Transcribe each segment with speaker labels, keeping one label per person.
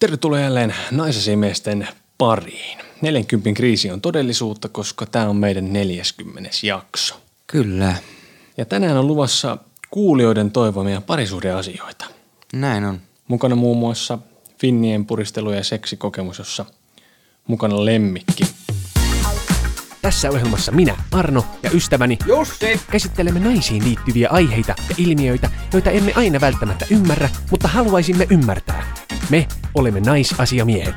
Speaker 1: Tervetuloa jälleen naisasimiesten pariin. 40 kriisi on todellisuutta, koska tämä on meidän 40. jakso.
Speaker 2: Kyllä,
Speaker 1: Ja tänään on luvassa kuulijoiden toivomia parisuhdeasioita.
Speaker 2: näin on.
Speaker 1: Mukana muun muassa finnien puristelu ja seksikokemus, jossa mukana lemmikki.
Speaker 3: Tässä ohjelmassa minä, Arno ja ystäväni Jussi käsittelemme naisiin liittyviä aiheita ja ilmiöitä, joita emme aina välttämättä ymmärrä, mutta haluaisimme ymmärtää. Me olemme naisasiamiehet.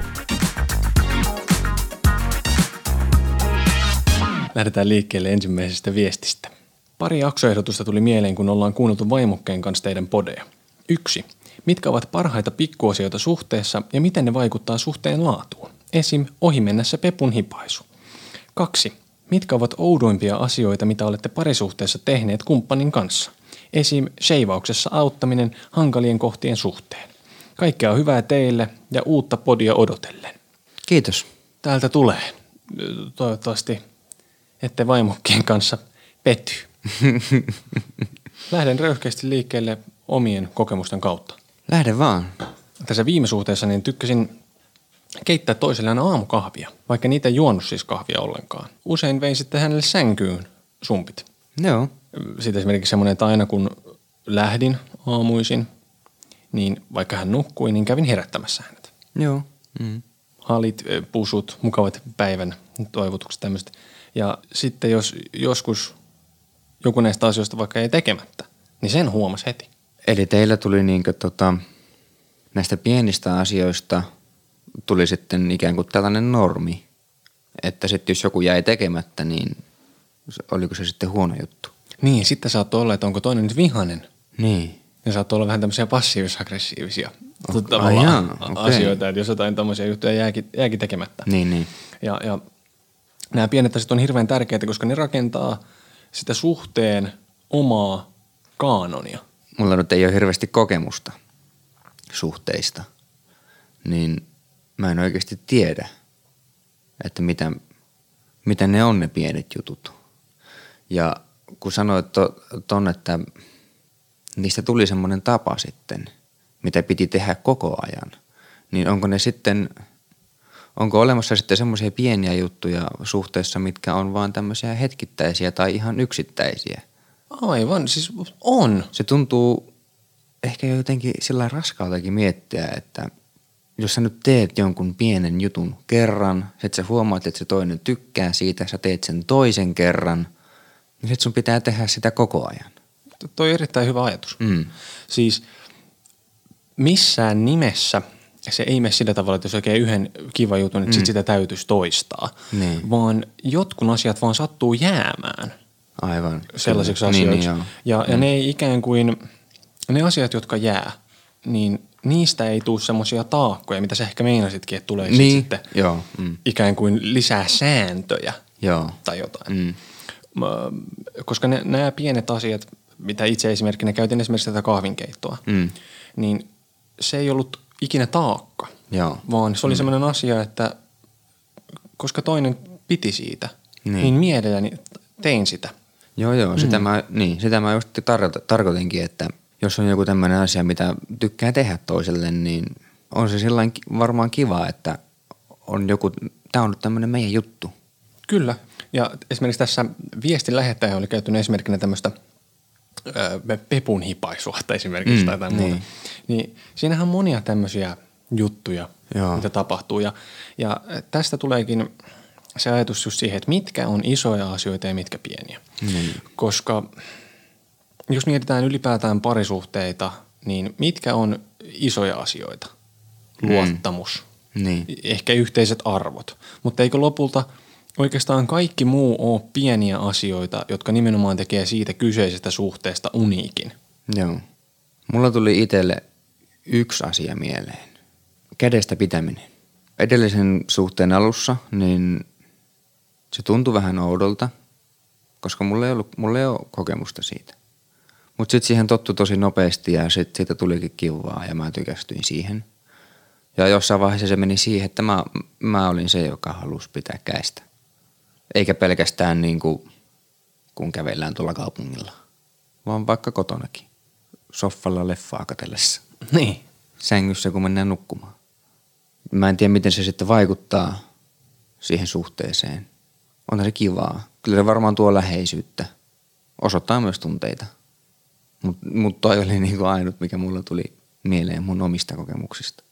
Speaker 1: Lähdetään liikkeelle ensimmäisestä viestistä. Pari jaksoehdotusta tuli mieleen, kun ollaan kuunneltu vaimokkeen kanssa teidän podeja. Yksi. Mitkä ovat parhaita pikkuosioita suhteessa ja miten ne vaikuttaa suhteen laatuun? Esim. ohimennessä pepun hipaisu. Kaksi. Mitkä ovat oudoimpia asioita, mitä olette parisuhteessa tehneet kumppanin kanssa? Esim. sheivauksessa auttaminen hankalien kohtien suhteen. Kaikkea hyvää teille ja uutta podia odotellen.
Speaker 2: Kiitos.
Speaker 1: Täältä tulee. Toivottavasti ette vaimokkien kanssa petty. Lähden röyhkeästi liikkeelle omien kokemusten kautta.
Speaker 2: Lähde vaan.
Speaker 1: Tässä viime suhteessa niin tykkäsin keittää toiselle aina aamukahvia, vaikka niitä ei juonut siis kahvia ollenkaan. Usein vein sitten hänelle sänkyyn sumpit.
Speaker 2: Joo.
Speaker 1: Sitten esimerkiksi semmoinen, että aina kun lähdin aamuisin, niin vaikka hän nukkui, niin kävin herättämässä hänet
Speaker 2: Joo. Mm.
Speaker 1: halit, ö, eh, pusut, mukavat päivän toivotukset tämmöiset. Ja sitten jos joskus joku näistä asioista vaikka ei tekemättä, niin sen huomasi heti.
Speaker 2: Eli teillä tuli niinkö tota, näistä pienistä asioista tuli sitten ikään kuin tällainen normi, että sitten jos joku jäi tekemättä, niin se- oliko se sitten huono juttu?
Speaker 1: Niin, sitten saattoi olla, että onko toinen nyt vihanen.
Speaker 2: Niin.
Speaker 1: Ja saattoi olla vähän tämmöisiä passiivis-aggressiivisia tota,
Speaker 2: Ok-
Speaker 1: tavallaan
Speaker 2: ai jaa,
Speaker 1: a-
Speaker 2: okei.
Speaker 1: asioita, että jos jotain tämmöisiä juttuja jääkin, jääkin tekemättä.
Speaker 2: Niin, niin.
Speaker 1: Ja, ja nämä pienet asiat on hirveän tärkeitä, koska ne rakentaa sitä suhteen omaa kaanonia.
Speaker 2: Mulla nyt ei ole hirveästi kokemusta suhteista, niin mä en oikeasti tiedä, että mitä, mitä ne on ne pienet jutut. Ja kun sanoit to, ton, että niistä tuli semmoinen tapa sitten, mitä piti tehdä koko ajan, niin onko ne sitten, onko olemassa sitten semmoisia pieniä juttuja suhteessa, mitkä on vaan tämmöisiä hetkittäisiä tai ihan yksittäisiä?
Speaker 1: Aivan, siis on.
Speaker 2: se tuntuu ehkä jo jotenkin sillä lailla raskaaltakin miettiä, että jos sä nyt teet jonkun pienen jutun kerran, sit sä huomaat, että se toinen tykkää siitä, sä teet sen toisen kerran, niin sit sun pitää tehdä sitä koko ajan.
Speaker 1: Toi on erittäin hyvä ajatus.
Speaker 2: Mm.
Speaker 1: Siis missään nimessä se ei mene sillä tavalla, että jos oikein yhden kiva jutun, että sit sitä täytyisi toistaa.
Speaker 2: Mm. Niin.
Speaker 1: Vaan jotkut asiat vaan sattuu jäämään
Speaker 2: Aivan.
Speaker 1: sellaisiksi
Speaker 2: Kyllä.
Speaker 1: asioiksi.
Speaker 2: Niin, niin,
Speaker 1: ja, ja ne ei ikään kuin, ne asiat, jotka jää, niin niistä ei tule semmoisia taakkoja, mitä sä ehkä meinasitkin, että tulee sit
Speaker 2: Niin,
Speaker 1: sitten
Speaker 2: joo, mm.
Speaker 1: ikään kuin lisää sääntöjä
Speaker 2: joo.
Speaker 1: tai jotain.
Speaker 2: Mm.
Speaker 1: Mä- koska ne, nämä pienet asiat, mitä itse esimerkkinä käytin esimerkiksi tätä kahvinkeittoa,
Speaker 2: Mm.
Speaker 1: niin se ei ollut ikinä taakka,
Speaker 2: Joo.
Speaker 1: vaan se oli sellainen asia, että koska toinen piti siitä, niin,
Speaker 2: Niin.
Speaker 1: niin mielelläni tein sitä.
Speaker 2: Joo, joo. Sitä, mä, niin, sitä mä just tar- tarkoitinkin, että jos on joku tämmöinen asia, mitä tykkää tehdä toiselle, niin on se sillain ki- varmaan kiva, että on joku, tämä on nyt tämmöinen meidän juttu.
Speaker 1: Kyllä. Ja esimerkiksi tässä viestin lähettäjä oli käyttänyt esimerkkinä tämmöistä ö, pepun hipaisua tai esimerkiksi mm, tai jotain niin. muuta. Niin siinähän on monia tämmöisiä juttuja, Joo.
Speaker 2: Joo.
Speaker 1: mitä tapahtuu. Ja, ja tästä tuleekin se ajatus just siihen, että mitkä on isoja asioita ja mitkä pieniä. Mm. Koska jos mietitään ylipäätään parisuhteita, niin mitkä on isoja asioita? Mm. Luottamus.
Speaker 2: Niin.
Speaker 1: ehkä yhteiset arvot. Mutta eikö lopulta oikeastaan kaikki muu ole pieniä asioita, jotka nimenomaan tekee siitä kyseisestä suhteesta uniikin?
Speaker 2: Joo. Mulla tuli itselle yksi asia mieleen. Kädestä pitäminen. Edellisen suhteen alussa, niin se tuntui vähän oudolta, koska mulla ei, ollut, mulla ei ole kokemusta siitä. Mutta sitten siihen tottui tosi nopeasti ja sit siitä tulikin kivaa ja mä tykästyin siihen. Ja jossain vaiheessa se meni siihen, että mä, mä olin se, joka halusi pitää käistä. Eikä pelkästään niin kuin, kun kävellään tuolla kaupungilla, vaan vaikka kotonakin. Soffalla leffaa katellessa.
Speaker 1: Niin.
Speaker 2: Sängyssä, kun mennään nukkumaan. Mä en tiedä, miten se sitten vaikuttaa siihen suhteeseen. Onhan se kivaa. Kyllä se varmaan tuo läheisyyttä. Osoittaa myös tunteita. Mutta mut toi oli niinku ainut, mikä mulla tuli mieleen mun omista kokemuksista.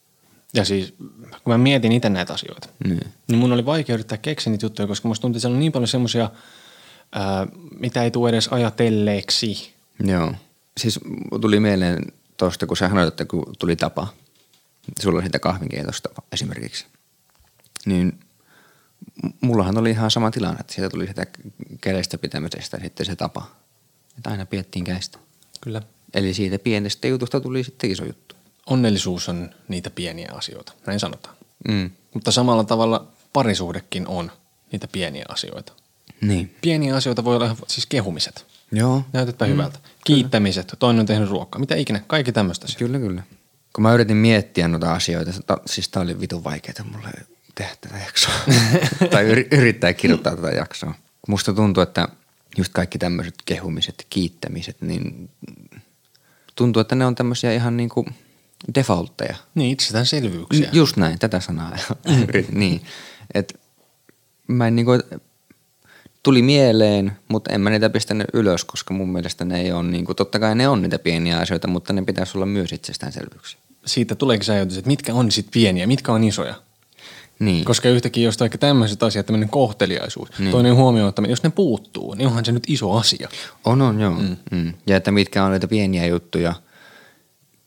Speaker 1: Ja siis, kun mä mietin itse näitä asioita,
Speaker 2: Niin.
Speaker 1: niin mun oli vaikea yrittää keksiä niitä juttuja, koska musta tuntuu, että siellä on niin paljon semmoisia, ää, mitä ei tule edes ajatelleeksi.
Speaker 2: Joo. Siis mulla tuli mieleen tuosta, kun sä sanoit, että kun tuli tapa, sulla oli siitä kahvinkeitosta esimerkiksi, niin m- mullahan oli ihan sama tilanne, että siitä tuli sitä kädestä pitämisestä sitten se tapa. Että aina piettiin kädestä.
Speaker 1: Kyllä.
Speaker 2: Eli siitä pienestä jutusta tuli sitten iso juttu.
Speaker 1: Onnellisuus on niitä pieniä asioita, näin sanotaan.
Speaker 2: Mm.
Speaker 1: Mutta samalla tavalla parisuhdekin on niitä pieniä asioita.
Speaker 2: Niin.
Speaker 1: Pieniä asioita voi olla ihan siis kehumiset.
Speaker 2: Joo.
Speaker 1: Näytätpä mm. hyvältä. Kiittämiset, toinen on tehnyt ruokaa, mitä ikinä, kaikki tämmöistä asiaa.
Speaker 2: Kyllä, kyllä. Kun mä yritin miettiä noita asioita, ta, siis tää oli vitun vaikeeta mulle tehdä tätä jaksoa. tai yri, yrittää kirjoittaa tätä jaksoa. Musta tuntuu, että just kaikki tämmöiset kehumiset, kiittämiset, niin tuntuu, että ne on tämmöisiä ihan niinku defaultteja.
Speaker 1: Niin, itsestäänselvyyksiä.
Speaker 2: Just näin, tätä sanaa yritin, niin. Et mä en niinku, tuli mieleen, mutta en mä niitä pistänyt ylös, koska mun mielestä ne ei ole niinku, totta kai ne on niitä pieniä asioita, mutta ne pitäisi olla myös itsestäänselvyyksiä.
Speaker 1: Siitä tuleekin se ajatus, että mitkä on sitten pieniä, mitkä on isoja.
Speaker 2: Niin.
Speaker 1: Koska yhtäkkiä jos kaikki tämmöiset asiat, tämmöinen kohteliaisuus, niin. toinen huomioon ottaminen, jos ne puuttuu, niin onhan se nyt iso asia.
Speaker 2: On, on, joo. Mm. Mm. Ja että mitkä on näitä pieniä juttuja,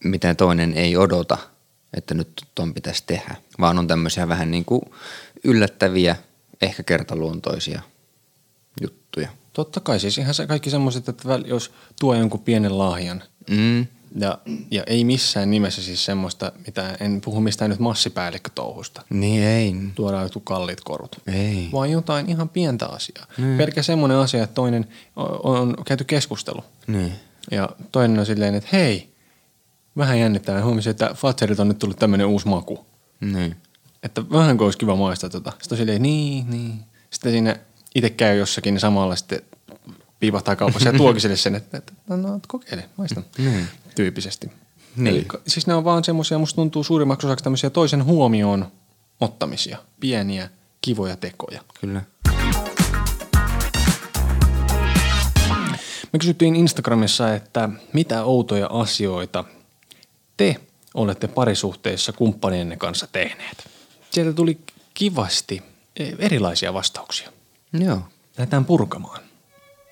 Speaker 2: mitä toinen ei odota, että nyt ton pitäisi tehdä. Vaan on tämmöisiä vähän niin kuin yllättäviä, ehkä kertaluontoisia juttuja.
Speaker 1: Totta kai siis ihan se, kaikki semmoiset, että väl- jos tuo jonkun pienen lahjan
Speaker 2: Mm.
Speaker 1: ja, ja ei missään nimessä siis semmoista, mitä en puhu mistään nyt massipäällikkötouhusta.
Speaker 2: Niin ei.
Speaker 1: Tuodaan jotkut kalliit korut.
Speaker 2: Ei.
Speaker 1: Vaan jotain ihan pientä asiaa. Mm. Pelkä semmoinen asia, että toinen on, on käyty keskustelu.
Speaker 2: Niin.
Speaker 1: Ja toinen on silleen, että hei, vähän jännittävää. Huomasin, että Fatserit on nyt tullut tämmöinen uusi maku.
Speaker 2: Niin.
Speaker 1: Että vähän olisi kiva maistaa tota. Sitten on silleen, niin, niin. Sitten siinä itse käy jossakin niin samalla sitten piipahtaa kaupassa ja tuokin sille sen, että, että no, no kokeile, maista. Niin. Tyyppisesti.
Speaker 2: Niin.
Speaker 1: Eli, siis ne on vaan semmoisia, musta tuntuu suurimmaksi osaksi tämmöisiä toisen huomioon ottamisia. Pieniä, kivoja tekoja.
Speaker 2: Kyllä.
Speaker 1: Me kysyttiin Instagramissa, että mitä outoja asioita te olette parisuhteessa kumppanienne kanssa tehneet. Sieltä tuli kivasti e, erilaisia vastauksia.
Speaker 2: Joo.
Speaker 1: Lähdetään purkamaan.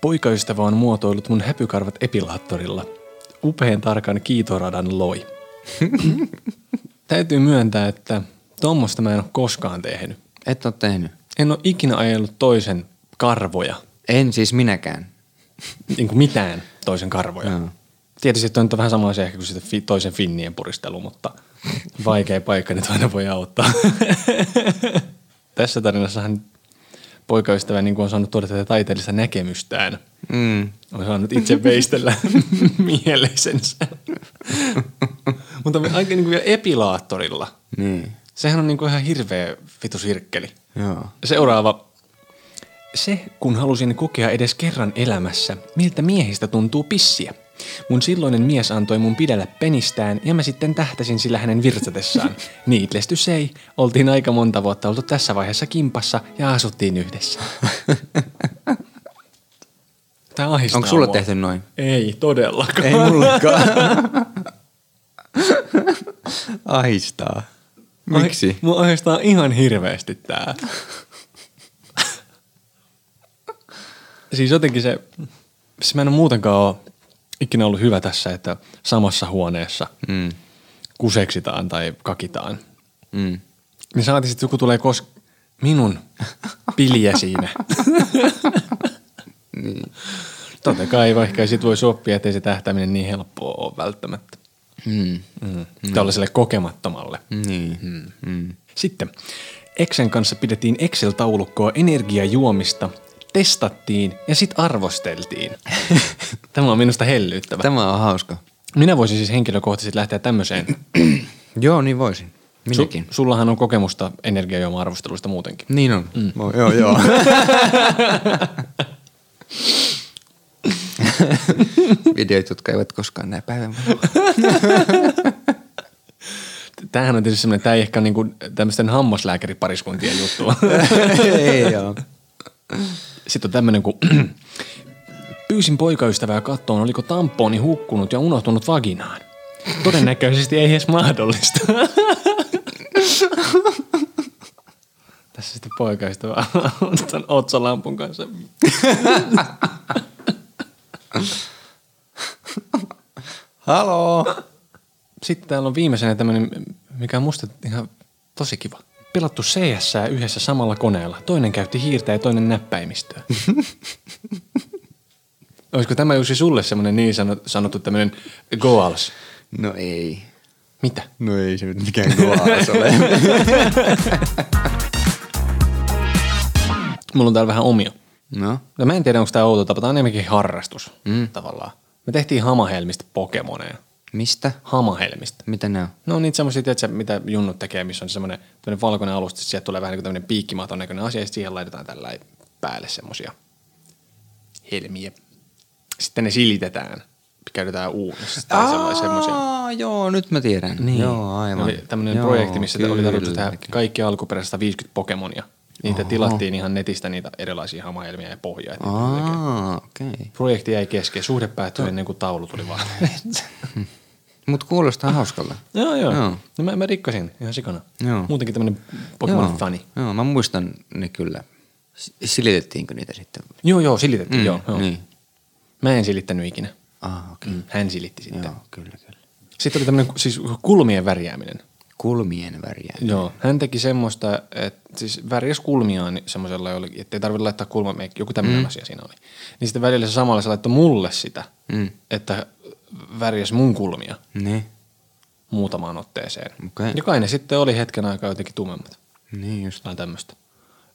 Speaker 1: Poikaystävä on muotoillut mun häpykarvat epilaattorilla. Upeen tarkan kiitoradan loi. Täytyy myöntää, että tuommoista mä en ole koskaan tehnyt.
Speaker 2: Et ole tehnyt.
Speaker 1: En ole ikinä ajellut toisen karvoja,
Speaker 2: En siis minäkään.
Speaker 1: niin kuin mitään toisen karvoja.
Speaker 2: Joo.
Speaker 1: Tietysti että on nyt vähän sama asia ehkä kuin sitä fi- toisen finnien puristelu, mutta vaikea paikka nyt aina voi auttaa. Tässä tarinassahan poikaystävä niin kuin on saanut todeta tätä taiteellista näkemystään.
Speaker 2: Mm.
Speaker 1: On saanut itse veistellä mielisensä. mutta aika niin kuin vielä epilaattorilla.
Speaker 2: Niin.
Speaker 1: Sehän on niin kuin ihan hirveä vitusirkkeli.
Speaker 2: Joo.
Speaker 1: Seuraava. Se, kun halusin kokea edes kerran elämässä, miltä miehistä tuntuu pissiä. Mun silloinen mies antoi mun pidellä penistään ja mä sitten tähtäsin sillä hänen virtsatessaan. Niitlestys ei. Oltiin aika monta vuotta oltu tässä vaiheessa kimpassa ja asuttiin yhdessä. Tää ahistaa
Speaker 2: Onko sulle
Speaker 1: mua.
Speaker 2: tehty noin?
Speaker 1: Ei todellakaan.
Speaker 2: Ei mullekaan. Ahistaa. Miksi?
Speaker 1: Ai, Mua ahistaa ihan hirveästi tää. siis jotenkin se, siis mä en ole muutenkaan ole ikinä ollut hyvä tässä, että samassa huoneessa mm. kuseksitaan tai kakitaan.
Speaker 2: Mm.
Speaker 1: Niin saati sitten joku tulee kos minun pilje siinä. niin.
Speaker 2: Niin.
Speaker 1: Totta kai, vaikka ei sit voi oppia, ettei se tähtäminen niin helppoa ole välttämättä.
Speaker 2: Mm.
Speaker 1: Mm. Tällaiselle kokemattomalle.
Speaker 2: Niin. Mm. Mm.
Speaker 1: Sitten Exen kanssa pidettiin Excel-taulukkoa energiajuomista, testattiin ja sitten arvosteltiin. Tämä on minusta hellyyttävä.
Speaker 2: Tämä on hauska.
Speaker 1: Minä voisin siis henkilökohtaisesti lähteä tämmöiseen.
Speaker 2: Joo, niin voisin. Minäkin.
Speaker 1: Su- sullahan on kokemusta energiajuoma-arvosteluista muutenkin.
Speaker 2: niin on. Mm. Voi, joo, joo. Videoit, jotka eivät koskaan näe päivän valoa.
Speaker 1: Tämähän on tietysti semmoinen, tämä ei ehkä ole niinku tämmöisten hammaslääkäripariskuntien juttu.
Speaker 2: Ei joo.
Speaker 1: Sitten on tämmöinen kuin, pyysin poikaystävää kattoon, oliko tamponi hukkunut ja unohtunut vaginaan. Todennäköisesti ei edes mahdollista. Tässä sitten poikaystävä on tämän otsalampun kanssa.
Speaker 2: Haloo.
Speaker 1: Sitten täällä on viimeisenä tämmöinen, mikä on musta ihan tosi kiva. Pelattu cs yhdessä samalla koneella. Toinen käytti hiirtä ja toinen näppäimistöä. Olisiko tämä Jussi sulle semmoinen niin sano- sanottu tämmöinen goals?
Speaker 2: No ei.
Speaker 1: Mitä?
Speaker 2: No ei se nyt mikään kovaas ole.
Speaker 1: Mulla on täällä vähän omia.
Speaker 2: No.
Speaker 1: No mä en tiedä, onko tämä outo tapa. Tämä on enemmänkin harrastus mm. tavallaan. Me tehtiin hamahelmistä Pokemoneja.
Speaker 2: Mistä?
Speaker 1: Hamahelmista.
Speaker 2: Mitä ne on?
Speaker 1: No on niitä semmoisia, tiedätkö, mitä junnut tekee, missä on semmoinen tämmöinen valkoinen alusta, sieltä tulee vähän niin kuin tämmöinen piikkimaton näköinen asia, ja sitten siihen laitetaan tällä päälle semmoisia helmiä. Sitten ne silitetään, käytetään uunissa tai sellaisia semmoisia.
Speaker 2: Aa, joo, nyt mä tiedän. Joo, aivan.
Speaker 1: Oli tämmöinen
Speaker 2: joo,
Speaker 1: projekti, missä oli tarkoitus tehdä
Speaker 2: kylläkin.
Speaker 1: kaikki alkuperäistä 50 Pokemonia. Niitä tilattiin ihan netistä niitä erilaisia hamahelmiä ja pohjaa. että niitä tuli oikein.
Speaker 2: Aa, okei. Okay.
Speaker 1: Projekti jäi kesken, suhde päättyi ennen kuin taulu tuli vaan.
Speaker 2: Mut kuulostaa hauskalta.
Speaker 1: joo, joo.
Speaker 2: Joo.
Speaker 1: No, mä, mä rikkasin ihan sikana.
Speaker 2: Joo.
Speaker 1: Muutenkin tämmöinen
Speaker 2: Joo.
Speaker 1: Pokemon-fani.
Speaker 2: Joo, mä muistan ne kyllä. S- Silitettiinkö niitä sitten?
Speaker 1: Joo, joo, silitettiin, mm, joo. joo.
Speaker 2: Niin.
Speaker 1: Mä en silittänyt ikinä.
Speaker 2: Ah, okei.
Speaker 1: Mm. Hän silitti sitten. Joo.
Speaker 2: Joo, kyllä, kyllä.
Speaker 1: Sitten oli tämmöinen siis kulmien värjääminen.
Speaker 2: Kulmien väriä.
Speaker 1: Joo. Hän teki semmoista, että siis värjäs kulmiaan semmoisella jollekin, että ei tarvitse laittaa kulmameikki, joku tämmöinen mm. asia siinä oli. Niin sitten välillä se samalla se laittoi mulle sitä, mm. että värjäs mun kulmia
Speaker 2: Niin.
Speaker 1: muutamaan otteeseen.
Speaker 2: Okei.
Speaker 1: Ja kai ne sitten oli hetken aikaa jotenkin tummemmat.
Speaker 2: Niin just.
Speaker 1: jotain tämmöistä.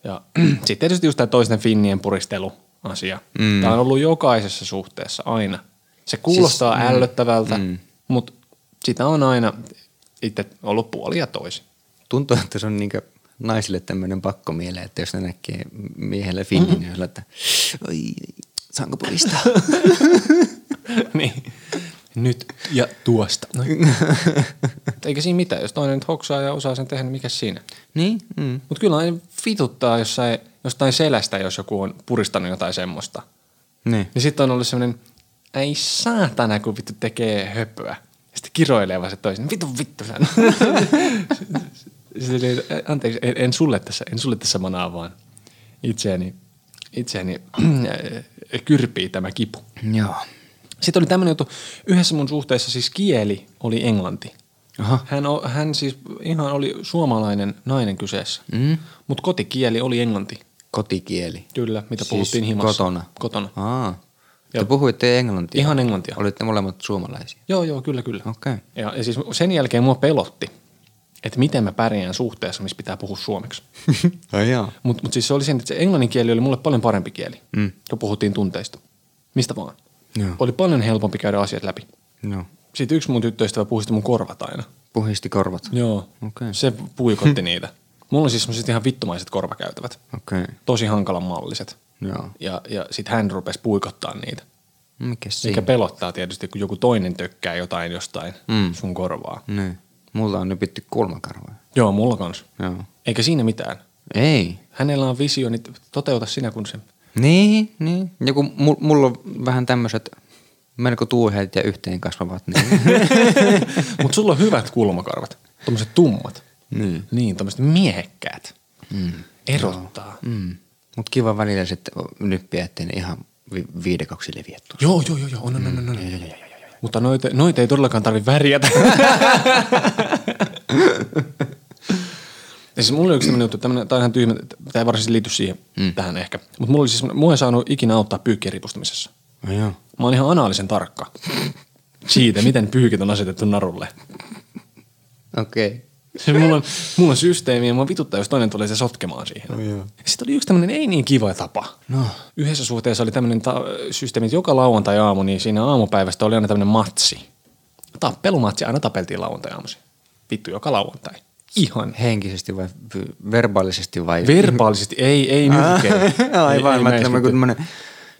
Speaker 1: Ja sitten tietysti just tämä toisten finnien puristeluasia. Mm. Tämä on ollut jokaisessa suhteessa aina. Se kuulostaa siis, ällöttävältä, mm. mutta sitä on aina itse ollut puoli ja toisin.
Speaker 2: Tuntuu, että se on niinkö naisille tämmöinen pakkomiele, että jos ne näkee miehellä finnin, mm-hmm. niin sillä, että oi, saanko puristaa?
Speaker 1: niin. Nyt ja tuosta. No. Mut Eikä siinä mitään. Jos toinen nyt hoksaa ja osaa sen tehdä, niin mikä siinä?
Speaker 2: niin? Mm.
Speaker 1: Mutta kyllä aina vituttaa jossain, jostain selästä, jos joku on puristanut jotain semmoista.
Speaker 2: Niin.
Speaker 1: Niin sitten on ollut semmoinen, ei saatana, kun vittu tekee höpöä. Ja sitten kiroilee vaan se toisen, vittu vittu sä. sitten, oli, "Ä, anteeksi, en, en, sulle tässä, en sulle tässä manaa vaan itseäni, itseäni äh, kyrpii tämä kipu.
Speaker 2: Joo.
Speaker 1: Sitten oli tämmöinen juttu, yhdessä mun suhteessa siis kieli oli englanti.
Speaker 2: Aha.
Speaker 1: Hän, o, hän siis ihan oli suomalainen nainen kyseessä, mm. mutta kotikieli oli englanti.
Speaker 2: Kotikieli.
Speaker 1: Kyllä, mitä
Speaker 2: Siis
Speaker 1: puhuttiin himassa.
Speaker 2: kotona?
Speaker 1: Kotona.
Speaker 2: Aa. Te puhuitte englantia.
Speaker 1: Ihan englantia.
Speaker 2: Olitte molemmat suomalaisia.
Speaker 1: Joo, joo, kyllä, kyllä.
Speaker 2: Okei. Okay.
Speaker 1: Ja, ja siis sen jälkeen mua pelotti, että miten mä pärjään suhteessa, missä pitää puhua suomeksi.
Speaker 2: Ai joo.
Speaker 1: Mutta mut siis se oli sen, että se englannin kieli oli mulle paljon parempi kieli, mm. kun puhuttiin tunteista. Mistä vaan.
Speaker 2: Joo.
Speaker 1: Oli paljon helpompi käydä asiat läpi.
Speaker 2: No.
Speaker 1: Sitten yksi mun tyttöystävä puhusti mun korvat aina.
Speaker 2: Puhisti korvat.
Speaker 1: Joo.
Speaker 2: Okei.
Speaker 1: Se puikotti niitä. Mulla on siis semmoiset ihan vittumaiset korvakäytävät.
Speaker 2: Okei. Okay.
Speaker 1: Tosi hankalan malliset.
Speaker 2: Joo.
Speaker 1: Ja, ja sitten hän rupesi puikottaa niitä.
Speaker 2: Mikäs siinä?
Speaker 1: Mikä pelottaa tietysti, kun joku toinen tökkää jotain jostain mm. sun korvaa.
Speaker 2: Niin. Mulla on nypitty kulmakarvoja.
Speaker 1: Joo, mulla kans.
Speaker 2: Joo.
Speaker 1: Eikä siinä mitään.
Speaker 2: Ei.
Speaker 1: Hänellä on visio, niin toteuta sinä kun se.
Speaker 2: Niin, niin. Joku, mul, mulla on vähän tämmöiset melko tuuheet ja yhteen kasvavat. Niin.
Speaker 1: Mutta sulla on hyvät kulmakarvat, tuommoiset tummat. Niin. Niin, tuommoiset miehekkäät. Mm. Erottaa. Joo.
Speaker 2: mm. Mut kiva välillä sitten nyppiä, ettei ne ihan vi- viidekoksi leviä tuossa.
Speaker 1: joo, joo, Mm. joo, No, joo, on, on, on, on, on. Mutta noita, noita ei todellakaan tarvitse värjätä. Ja siis mulla oli yksi tämmöinen juttu, tämmönen, tää on ihan tyhmä, tämä ei varsinaisesti liity siihen mm. tähän ehkä. Mutta mulla oli siis, semmonen- mua ei saanut ikinä auttaa pyykkien ripustamisessa.
Speaker 2: No, joo.
Speaker 1: Mä oon ihan anaalisen tarkka siitä, miten pyykit on asetettu narulle.
Speaker 2: Okei. Okay.
Speaker 1: Siis mulla, on, mulla on systeemi ja mua vituttaa, jos toinen tulee se sotkemaan siihen. No,
Speaker 2: joo.
Speaker 1: Sitten oli yksi tämmöinen ei niin kiva tapa.
Speaker 2: No.
Speaker 1: Yhdessä suhteessa oli tämmöinen ta- systeemi, että joka lauantai-aamu, niin siinä aamupäivästä oli aina tämmöinen matsi. Tappelumatsi, aina tapeltiin lauantai-aamuisin. Vittu, joka lauantai. Ihan.
Speaker 2: Henkisesti vai v- verbaalisesti vai?
Speaker 1: Verbaalisesti, ei, ei nyrkeily.
Speaker 2: Ah, Aivan,
Speaker 1: Ei- ei näistä
Speaker 2: mä ajattelin, kun tämmönen,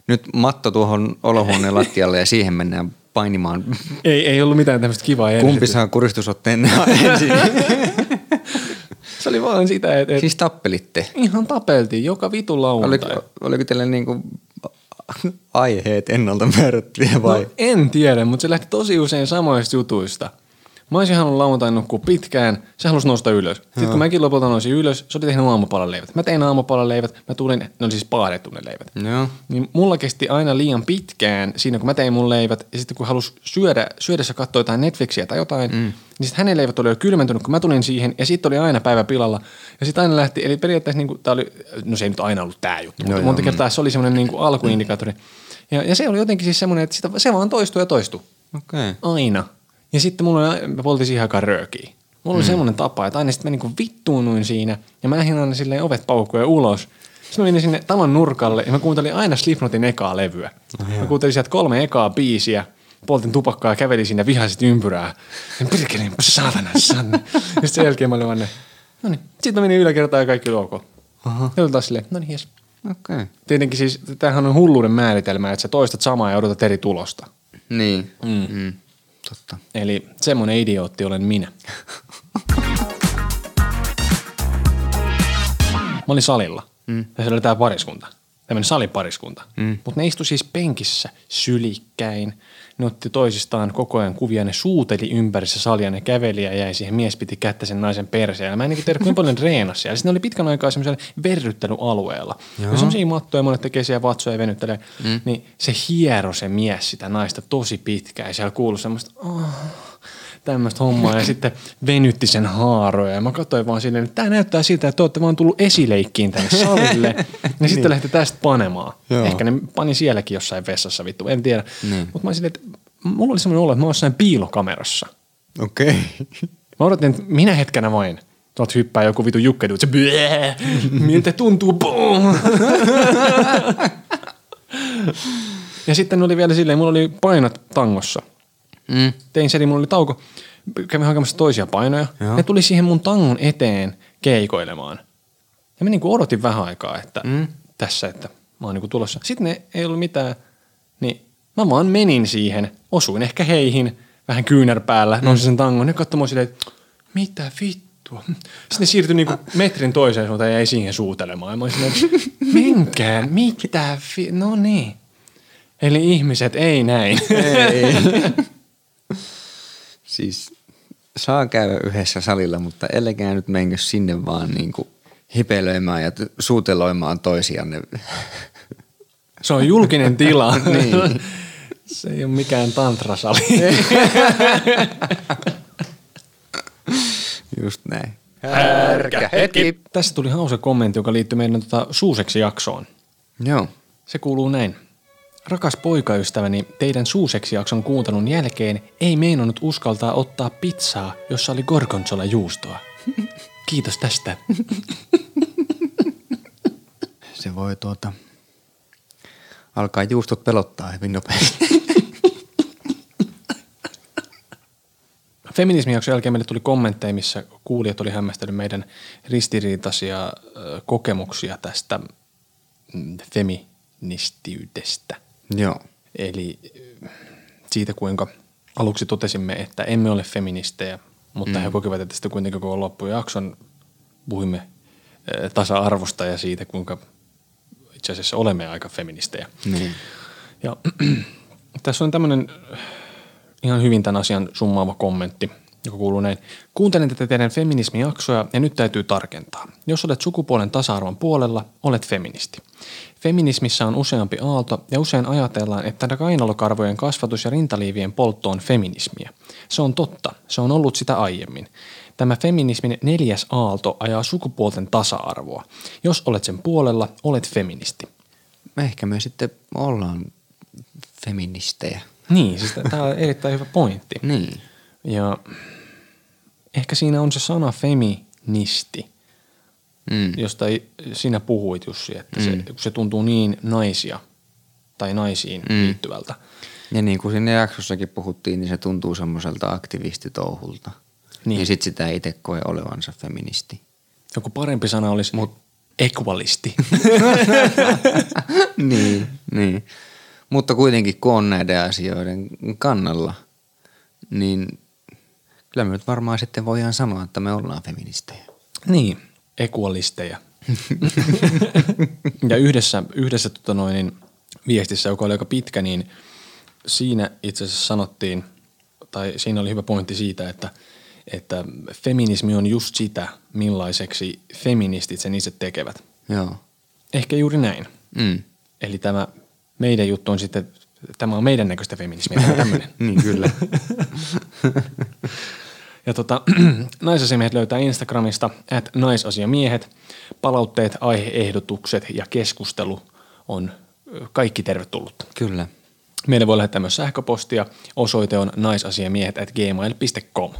Speaker 2: nyt matto tuohon olohuoneen lattialle ja siihen mennään painimaan.
Speaker 1: Ei, ei ollut mitään tämmöistä kivaa
Speaker 2: Kumpi
Speaker 1: energiaa.
Speaker 2: saa kuristusotteen ensin?
Speaker 1: Se oli vaan sitä, että et siis...
Speaker 2: siis tappelitte.
Speaker 1: ihan tapeltiin joka vitu
Speaker 2: Oliko,
Speaker 1: lauantai.
Speaker 2: oliko teillä niinku aiheet ennalta määrättyjä vai?
Speaker 1: No, en tiedä, mutta se lähti tosi usein samoista jutuista. Mä olisin halunnut lauantain nukkua pitkään, se halusi nousta ylös. Sitten kun mäkin lopulta nousin ylös, se oli tehnyt aamupalaleivät. Mä tein aamupalaleivät, mä tulin, ne oli siis paadettu ne leivät.
Speaker 2: No. Joo.
Speaker 1: Niin mulla kesti aina liian pitkään siinä, kun mä tein mun leivät, ja sitten kun halus syödä, syödessä katsoa jotain Netflixiä tai jotain, mm. niin sitten hänen leivät oli jo kylmentynyt, kun mä tulin siihen, ja sitten oli aina päivä pilalla. Ja sitten aina lähti, eli periaatteessa niin kuin, tää oli, no se ei nyt aina ollut tämä juttu, no, mutta
Speaker 2: joo, mm.
Speaker 1: monta kertaa se oli semmoinen niin kuin alkuindikaattori. Ja, ja se oli jotenkin siis semmoinen, että sitä, se vaan toistuu ja toistuu.
Speaker 2: Okei. Okay.
Speaker 1: Aina. Ja sitten mulla oli, mä poltin siihen aikaan röökiä. Mulla oli mm. semmoinen tapa, että aina sitten mä niinku vittuunuin siinä ja mä lähdin aina silleen ovet paukkuja ulos. Sitten mä menin sinne talon nurkalle ja mä kuuntelin aina Slipknotin ekaa levyä. Oh, mä kuuntelin sieltä kolme ekaa biisiä, poltin tupakkaa ja kävelin siinä vihasit ympyrää. Ja pirkelin, saatana, sanne. ja sitten sen jälkeen mä olin vaan ne, no niin. Sitten mä menin yläkertaan ja kaikki oli ok. Aha. Ja oli taas silleen, no niin, jes.
Speaker 2: Okei. Okay.
Speaker 1: Tietenkin siis, tämähän on hulluuden määritelmä, että sä toistat samaa ja odotat eri tulosta.
Speaker 2: Niin. Mm. Mm. Totta.
Speaker 1: Eli semmoinen idiootti olen minä. Mä olin salilla. Mm. Ja siellä oli tää pariskunta. Tämmöinen salipariskunta. Mm. Mutta ne istui siis penkissä sylikkäin. Ne otti toisistaan koko ajan kuvia. Ne suuteli ympäri se salia. Ne käveli ja jäi siihen. Mies piti kättä sen naisen perseen. Ja Mä en niinku tiedä, kuinka paljon ne treenasi siellä. Sitten ne oli pitkän aikaa semmoisella verryttelyalueella. Joo. Ja semmoisia mattoja, monet tekee siellä vatsoja ja venyttelee. Mm. Niin se hiero se mies sitä naista tosi pitkään. Ja siellä kuului semmoista, oh, tämmöistä hommaa ja sitten venytti sen haaroja. Ja mä katsoin vaan silleen, että tämä näyttää siltä, että te olette vaan tullut esileikkiin tänne salille. ja niin. sitten lähti tästä panemaan.
Speaker 2: Joo.
Speaker 1: Joo. Ehkä ne pani sielläkin jossain vessassa vittu, en tiedä. Niin. Mutta mä olin silleen, että mulla oli semmoinen olo, että mä oon jossain piilokamerassa.
Speaker 2: Okei.
Speaker 1: Mä odotin, että minä hetkenä vain. Tuolta hyppää joku vitu jukkedu, se blää, miltä tuntuu, boom. ja sitten oli vielä silleen, mulla oli painot tangossa
Speaker 2: Mm.
Speaker 1: tein sen, niin mulla oli tauko, kävin hakemassa toisia painoja. Joo. Ne tuli siihen mun tangon eteen keikoilemaan. Ja mä niinku odotin vähän aikaa, että mm. tässä, että mä oon niinku tulossa. Sitten ne ei ollut mitään, niin mä vaan menin siihen, osuin ehkä heihin, vähän kyynärpäällä, nousin sen tangon. Ne katsoi mua silleen, että mitä vittua. Sitten ne siirtyi niinku metrin toiseen suuntaan ja jäi siihen suutelemaan. Ja mä olin silleen, että menkää, mitä vi- no niin. Eli ihmiset, ei näin.
Speaker 2: Ei. siis saa käydä yhdessä salilla, mutta älkää nyt menkö sinne vaan niinku hipelöimään ja t- suuteloimaan toisianne.
Speaker 1: Se on julkinen tila. niin. Se ei ole mikään tantrasali.
Speaker 2: Just näin. Härkä hetki.
Speaker 1: Tässä tuli hauska kommentti, joka liittyy meidän tota suuseksi jaksoon.
Speaker 2: Joo.
Speaker 1: Se kuuluu näin. Rakas poikaystäväni, teidän suuseksi jakson kuuntelun jälkeen ei meinannut uskaltaa ottaa pizzaa, jossa oli gorgonzola juustoa. Kiitos tästä.
Speaker 2: Se voi tuota, alkaa juustot pelottaa hyvin nopeasti.
Speaker 1: Feminismijakson jälkeen meille tuli kommentteja, missä kuulijat oli hämmästellyt meidän ristiriitaisia ö, kokemuksia tästä mm, feministiydestä.
Speaker 2: Joo.
Speaker 1: Eli äh, siitä, kuinka aluksi totesimme, että emme ole feministejä, mutta mm. he kokevat, että sitten kuitenkin koko loppujakson puhuimme äh, tasa-arvosta ja siitä, kuinka itse asiassa olemme aika feministejä.
Speaker 2: Niin.
Speaker 1: Ja tässä on tämmöinen ihan hyvin tämän asian summaava kommentti, joka kuuluu näin. Kuuntelen tätä teidän feminismijaksoja ja nyt täytyy tarkentaa. Jos olet sukupuolen tasa-arvon puolella, olet feministi. Feminismissä on useampi aalto ja usein ajatellaan, että kainalokarvojen kasvatus ja rintaliivien poltto on feminismiä. Se on totta, se on ollut sitä aiemmin. Tämä feminismin neljäs aalto ajaa sukupuolten tasa-arvoa. Jos olet sen puolella, olet feministi.
Speaker 2: Ehkä me sitten ollaan feministejä.
Speaker 1: Niin, siis tämä on erittäin hyvä pointti.
Speaker 2: Niin.
Speaker 1: Ja ehkä siinä on se sana feministi,
Speaker 2: Mm.
Speaker 1: josta i- sinä puhuit Jussi, että se, kun se tuntuu niin naisia tai naisiin mm. liittyvältä.
Speaker 2: Ja niin kuin siinä jaksossakin puhuttiin, niin se tuntuu semmoiselta aktivistitouhulta.
Speaker 1: Niin.
Speaker 2: Niin. Ja sit sitä ei itse koe olevansa feministi.
Speaker 1: Joku parempi sana olisi Mut. equalisti.
Speaker 2: niin. niin. Mutta kuitenkin kun on näiden asioiden kannalla, niin kyllä me nyt varmaan sitten voidaan sanoa, että me ollaan feministejä.
Speaker 1: Niin. Ekualisteja. ja yhdessä, yhdessä tota noin, niin viestissä, joka oli aika pitkä, niin siinä itse asiassa sanottiin, tai siinä oli hyvä pointti siitä, että, että feminismi on just sitä, millaiseksi feministit sen itse tekevät.
Speaker 2: Joo.
Speaker 1: Ehkä juuri näin.
Speaker 2: Mm.
Speaker 1: Eli tämä meidän juttu on sitten, tämä on meidän näköistä feminismiä, tämä on tämmöinen.
Speaker 2: Niin kyllä.
Speaker 1: Ja tota, naisasiamiehet löytää Instagramista, at naisasiamiehet. Palautteet, aiheehdotukset ja keskustelu on ö, kaikki tervetullut.
Speaker 2: kyllä.
Speaker 1: Meille voi lähettää myös sähköpostia. Osoite on naisasiamiehet at gmail.com.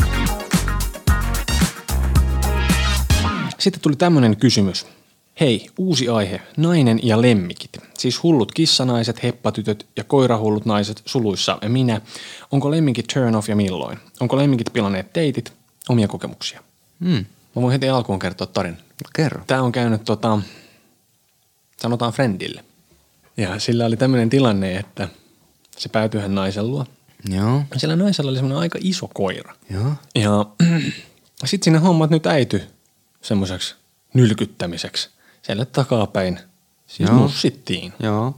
Speaker 1: Sitten tuli tämmöinen kysymys. Hei, uusi aihe. Nainen ja lemmikit. Siis hullut kissanaiset, heppatytöt ja koirahullut naiset suluissa ja minä. Onko lemmikit turn off ja milloin? Onko lemmikit pilanneet teitit? Omia kokemuksia.
Speaker 2: Mm.
Speaker 1: Mä voin heti alkuun kertoa tarinan.
Speaker 2: Kerro.
Speaker 1: Tämä on käynyt tota, sanotaan friendille. Ja sillä oli tämmöinen tilanne, että se päätyi hän naisen luo.
Speaker 2: Joo.
Speaker 1: Ja Sillä naisella oli semmoinen aika iso koira.
Speaker 2: Joo.
Speaker 1: Ja sitten siinä hommat nyt äity semmoiseksi nylkyttämiseksi. Siellä takapäin. Siis
Speaker 2: Joo.
Speaker 1: mussittiin.
Speaker 2: Joo.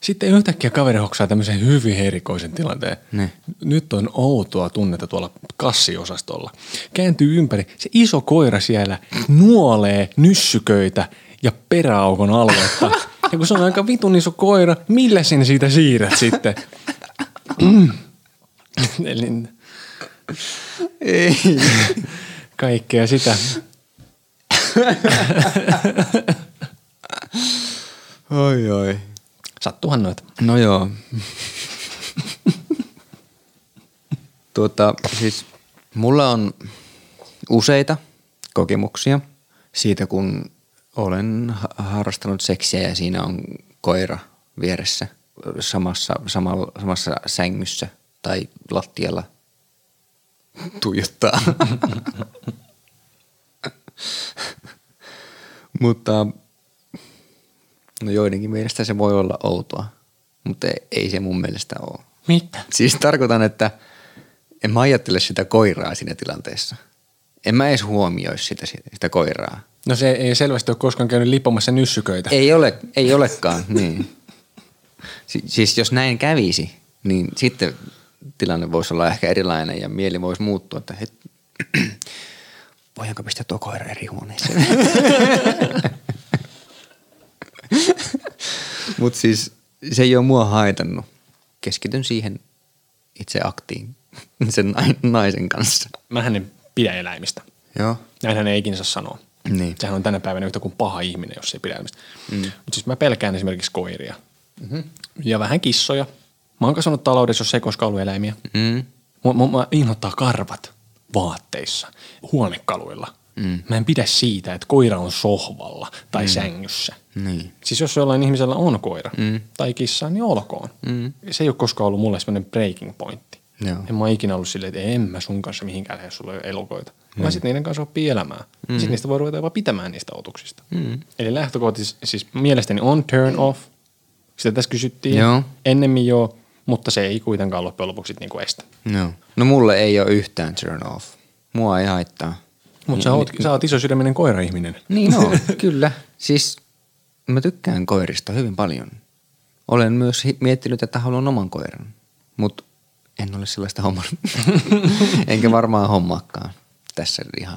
Speaker 1: Sitten yhtäkkiä kaveri hoksaa tämmöisen hyvin erikoisen tilanteen.
Speaker 2: Ne.
Speaker 1: Nyt on outoa tunnetta tuolla kassiosastolla. Kääntyy ympäri. Se iso koira siellä nuolee nyssyköitä ja peräaukon aluetta. Ja kun se on aika vitun iso koira, millä sen siitä siirrät sitten? Mm. Eli
Speaker 2: Ei.
Speaker 1: kaikkea sitä.
Speaker 2: Oi oi.
Speaker 1: Sattuhan noita.
Speaker 2: No joo. tuota, siis mulla on useita kokemuksia siitä, kun olen ha- harrastanut seksiä ja siinä on koira vieressä samassa, samalla, samassa sängyssä tai lattialla tuijottaa. Mutta no joidenkin mielestä se voi olla outoa, mutta ei- ei se mun mielestä ole.
Speaker 1: Mitä?
Speaker 2: Siis tarkoitan, että en mä ajattele sitä koiraa siinä tilanteessa. En mä edes huomioi sitä, sitä koiraa.
Speaker 1: No se ei selvästi ole koskaan käynyt lipomassa nyssyköitä.
Speaker 2: Ei, ole, ei olekaan, niin. Si- siis jos näin kävisi, niin sitten tilanne voisi olla ehkä erilainen ja mieli voisi muuttua, että het, voidaanko pistää tuo koira eri huoneeseen. Mutta siis se ei ole mua haitannut. Keskityn siihen itse aktiin sen nai- naisen kanssa.
Speaker 1: Mähän en pidä eläimistä.
Speaker 2: Joo.
Speaker 1: Näinhän ei ikinä saa sanoa.
Speaker 2: Niin.
Speaker 1: Sehän on tänä päivänä yhtä kuin paha ihminen, jos ei pidä eläimistä. Mm. Mutta siis mä pelkään esimerkiksi koiria. Mm-hmm. Ja vähän kissoja. Mä oon kasvanut taloudessa, jos ei koskaan ollut eläimiä.
Speaker 2: Mm.
Speaker 1: Mua, mua, mua inhottaa karvat vaatteissa, huonekaluilla. Mm. Mä en pidä siitä, että koira on sohvalla tai mm. sängyssä.
Speaker 2: Niin.
Speaker 1: Siis jos jollain ihmisellä on koira mm. tai kissa, niin olkoon. Mm. Se ei ole koskaan ollut mulle semmoinen breaking pointti.
Speaker 2: Joo.
Speaker 1: En mä ole ikinä ollut silleen, että en mä sun kanssa mihinkään lähde, jos sulla ei ole elukoita. Mm. Mä sitten niiden kanssa oppii elämää. Mm. Sitten niistä voi ruveta jopa pitämään niistä otuksista. Mm. Eli lähtökohtaisesti siis mielestäni on turn off. Sitä tässä kysyttiin.
Speaker 2: Joo.
Speaker 1: Ennemmin joo, mutta se ei kuitenkaan loppujen lopuksi sit niinku estä.
Speaker 2: No. no mulle ei ole yhtään turn off. Mua ei haittaa.
Speaker 1: Mutta sä, oot, sä oot iso sydäminen koira-ihminen.
Speaker 2: Niin on, kyllä. Siis mä tykkään koirista hyvin paljon. Olen myös hi- miettinyt, että haluan oman koiran, mutta en ole sellaista hommannut. Enkä varmaan hommaakaan tässä ihan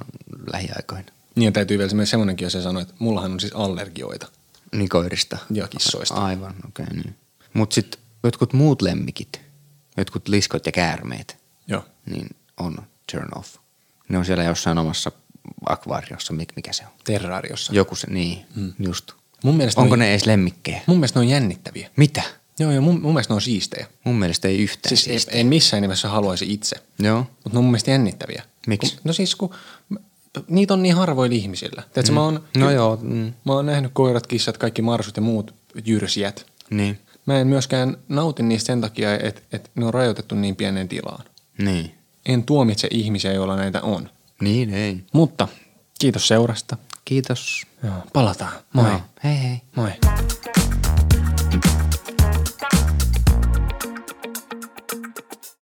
Speaker 2: lähiaikoina.
Speaker 1: Niin ja täytyy vielä semmoinen- semmoinenkin asia sanoa, että mullahan on siis allergioita.
Speaker 2: Niin koirista.
Speaker 1: Ja kissoista.
Speaker 2: Aivan, okei. Okay, niin. Mutta sitten jotkut muut lemmikit, jotkut liskot ja käärmeet,
Speaker 1: Joo.
Speaker 2: niin on turn off. Ne on siellä jossain omassa akvaariossa, mik- mikä se on.
Speaker 1: Terraariossa.
Speaker 2: Joku se, niin, mm. just.
Speaker 1: Mun mielestä
Speaker 2: Onko
Speaker 1: ne...
Speaker 2: ne edes lemmikkejä?
Speaker 1: Mun mielestä ne on jännittäviä.
Speaker 2: Mitä?
Speaker 1: Joo, ja mun, mun mielestä ne on siistejä.
Speaker 2: Mun mielestä ei yhtään
Speaker 1: Siis
Speaker 2: siis,
Speaker 1: en, en missään nimessä haluaisi itse,
Speaker 2: Joo.
Speaker 1: mutta ne on mun mielestä jännittäviä.
Speaker 2: Miksi?
Speaker 1: Kun, no siis kun mä- niitä on niin harvoilla ihmisillä. Tiedätkö, mm. mä, oon,
Speaker 2: No joo, mm.
Speaker 1: mä oon nähnyt koirat, kissat, kaikki marsut ja muut jyrsijät.
Speaker 2: Niin.
Speaker 1: Mä en myöskään nauti niistä sen takia, että et ne on rajoitettu niin pienen tilaan.
Speaker 2: Niin.
Speaker 1: En tuomitse ihmisiä, joilla näitä on.
Speaker 2: Niin, ei.
Speaker 1: Mutta kiitos seurasta.
Speaker 2: Kiitos.
Speaker 1: Joo, palataan. Moi.
Speaker 2: Joo. Hei hei.
Speaker 1: Moi.